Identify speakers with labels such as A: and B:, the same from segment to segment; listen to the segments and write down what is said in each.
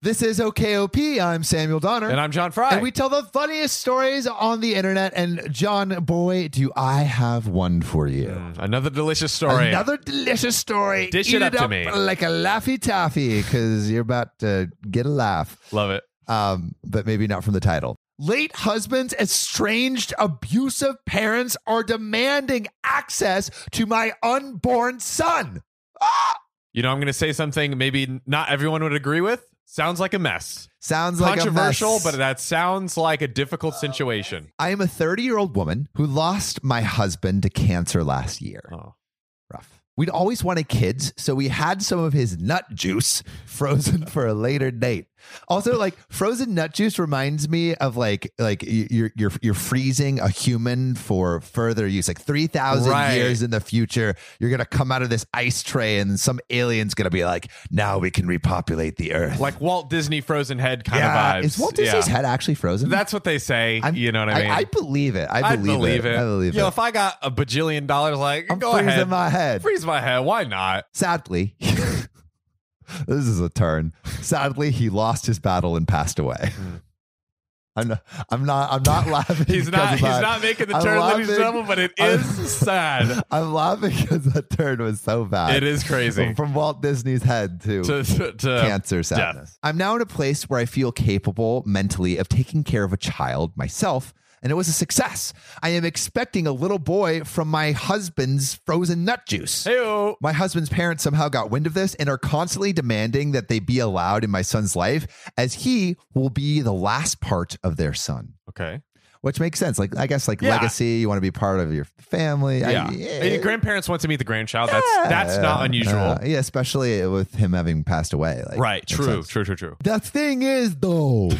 A: This is OKOP. I'm Samuel Donner.
B: And I'm John Fry.
A: And we tell the funniest stories on the internet. And John, boy, do I have one for you.
B: Another delicious Mm, story.
A: Another delicious story.
B: Dish
A: Eat
B: it up to me.
A: like a laffy taffy because you're about to get a laugh,
B: Love it.
A: um, but maybe not from the title. Late husbands, estranged, abusive parents are demanding access to my unborn son.
B: You know, I'm going to say something maybe not everyone would agree with. Sounds like a mess.
A: Sounds like
B: Controversial,
A: a mess.
B: but that sounds like a difficult situation.
A: I am a 30 year old woman who lost my husband to cancer last year.
B: Oh.
A: rough. We'd always wanted kids, so we had some of his nut juice frozen for a later date. Also, like frozen nut juice reminds me of like like y- you're you're you're freezing a human for further use, like three thousand
B: Right.
A: years in the future. You're gonna come out of this ice tray, and some alien's gonna be like, "Now we can repopulate the earth."
B: Like Walt Disney frozen head kind of vibes.
A: is Walt Disney's
B: Yeah.
A: head actually frozen?
B: That's what they say.
A: I'm-
B: you know what I mean?
A: I, believe it. I
B: I'd
A: believe, it. I believe
B: Yo,
A: it.
B: if I got a bajillion dollars, like,
A: I'm
B: go
A: freezing
B: ahead.
A: my head.
B: Freeze my head. Why not?
A: Sadly, this is a turn. Sadly, he lost his battle and passed away. I'm not. I'm not. I'm not laughing.
B: Hmm. He's
A: because
B: not.
A: of
B: He's
A: that.
B: not making the
A: I'm
B: turn, ladies and
A: laughing-
B: gentlemen. But it
A: I'm-
B: is sad.
A: I'm laughing because that turn was so bad.
B: It is crazy.
A: From Walt Disney's head to,
B: to, to, to-
A: cancer sadness. I'm now in a place where I feel capable mentally of taking care of a child myself, and it was a success. I am expecting a little boy from my husband's frozen nut juice.
B: Heyo.
A: My husband's parents somehow got wind of this and are constantly demanding that they be allowed in my son's life as he will be the last part of their son.
B: Okay.
A: Which makes sense. Like I guess like
B: Yeah.
A: legacy, you want to be part of your family. I-
B: Yeah. Your grandparents want to meet the grandchild. That's that's not
A: Yeah.
B: unusual.
A: uh, yeah, especially with him having passed away. Like,
B: right.
A: makes
B: True.
A: sense.
B: True. True. True.
A: The thing is, though,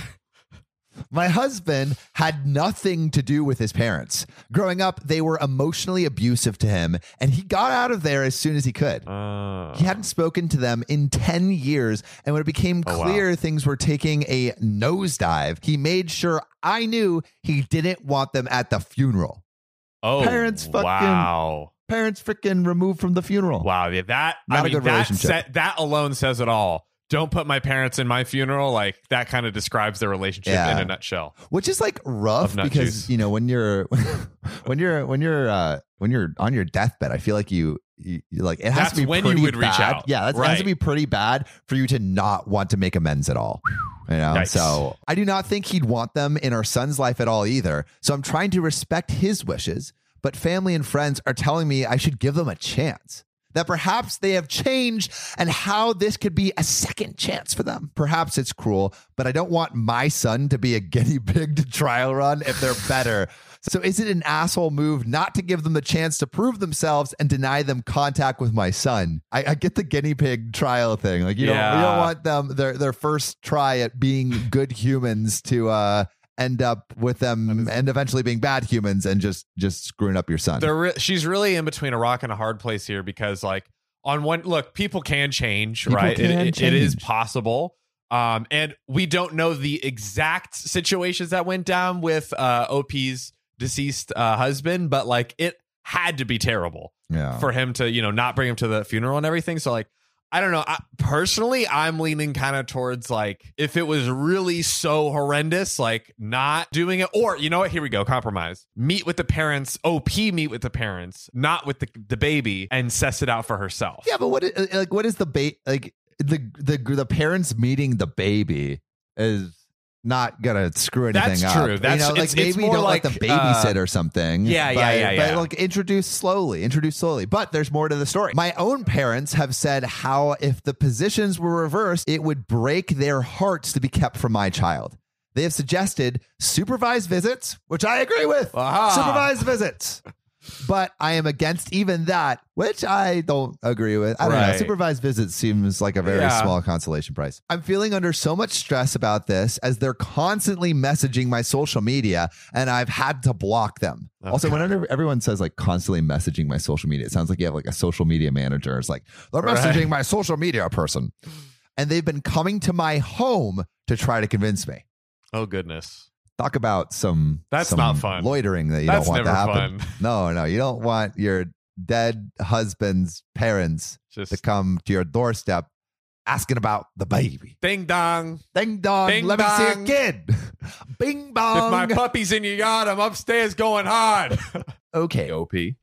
A: my husband had nothing to do with his parents. Growing up, they were emotionally abusive to him, and he got out of there as soon as he could.
B: Uh,
A: He hadn't spoken to them in 10 years. And when it became
B: Oh, wow.
A: clear things were taking a nosedive, he made sure I knew he didn't want them at the funeral.
B: oh.
A: Parents fucking-
B: Wow.
A: Parents freaking removed from the funeral.
B: Wow. Yeah, that.
A: Not
B: I
A: a
B: mean,
A: good
B: that
A: relationship.
B: sa- that alone says it all. Don't put my parents in my funeral. Like that kind of describes their relationship
A: Yeah.
B: in a nutshell.
A: Which is like
B: Of
A: rough
B: nut
A: because
B: juice.
A: you know when you're when you're when you're uh, when you're on your deathbed, I feel like you, you you, like it has
B: That's
A: to be
B: when you
A: pretty
B: would reach
A: bad.
B: out.
A: Yeah, that's, it has to
B: Right.
A: be pretty bad for you to not want to make amends at all. You know,
B: Yikes.
A: so I do not think he'd want them in our son's life at all either. So I'm trying to respect his wishes, but family and friends are telling me I should give them a chance. That perhaps they have changed and how this could be a second chance for them. Perhaps it's cruel, but I don't want my son to be a guinea pig to trial run if they're better. So is it an asshole move not to give them the chance to prove themselves and deny them contact with my son? I, I get the guinea pig trial thing. Like you don't you don't
B: Yeah.
A: want them their their first try at being good humans to uh end up with them and eventually being bad humans and just just screwing up your son.
B: They're re- she's really in between a rock and a hard place here because like on one look, people can change,
A: People
B: right? It-
A: can
B: it- it is
A: change.
B: possible. Um, and we don't know the exact situations that went down with uh, OP's deceased uh, husband, but like it had to be terrible
A: yeah.
B: for him to, you know, not bring him to the funeral and everything. So like, I don't know. I, personally, I'm leaning kind of towards like if it was really so horrendous, like not doing it. Or you know what? Here we go. Compromise. Meet with the parents. OP meet with the parents, not with the the baby, and suss it out for herself.
A: Yeah, but what is, like what is the ba- like the the the parents meeting the baby is not gonna screw anything
B: That's
A: up.
B: true. That's-
A: you know,
B: it's-
A: like maybe
B: it's
A: you
B: more
A: don't like,
B: like,
A: the babysit
B: uh,
A: or something.
B: Yeah, yeah,
A: but-
B: yeah, yeah.
A: But like introduce slowly, introduce slowly. But there's more to the story. My own parents have said how if the positions were reversed, it would break their hearts to be kept from my child. They have suggested supervised visits, which I agree with.
B: Aha.
A: Supervised visits but I am against even that, which I don't agree with. I don't know.
B: Right.
A: Supervised visits seems like a very
B: Yeah.
A: small consolation price. I'm feeling under so much stress about this as they're constantly messaging my social media and I've had to block them.
B: Oh,
A: also,
B: God.
A: whenever everyone says like constantly messaging my social media, it sounds like you have like a social media manager. It's like, they're
B: Right.
A: messaging my social media person. And they've been coming to my home to try to convince me.
B: Oh goodness.
A: Talk about some
B: That's
A: some
B: not fun.
A: loitering that you
B: That's
A: don't want
B: never
A: to happen.
B: fun.
A: No, no, you don't want your dead husband's parents to
B: Just
A: come to your doorstep asking about the baby.
B: Ding dong.
A: Ding dong,
B: Bing
A: let me see a
B: bong.
A: kid. Bing
B: If
A: bong.
B: my puppy's in your yard, I'm upstairs going hard.
A: okay,
B: OP.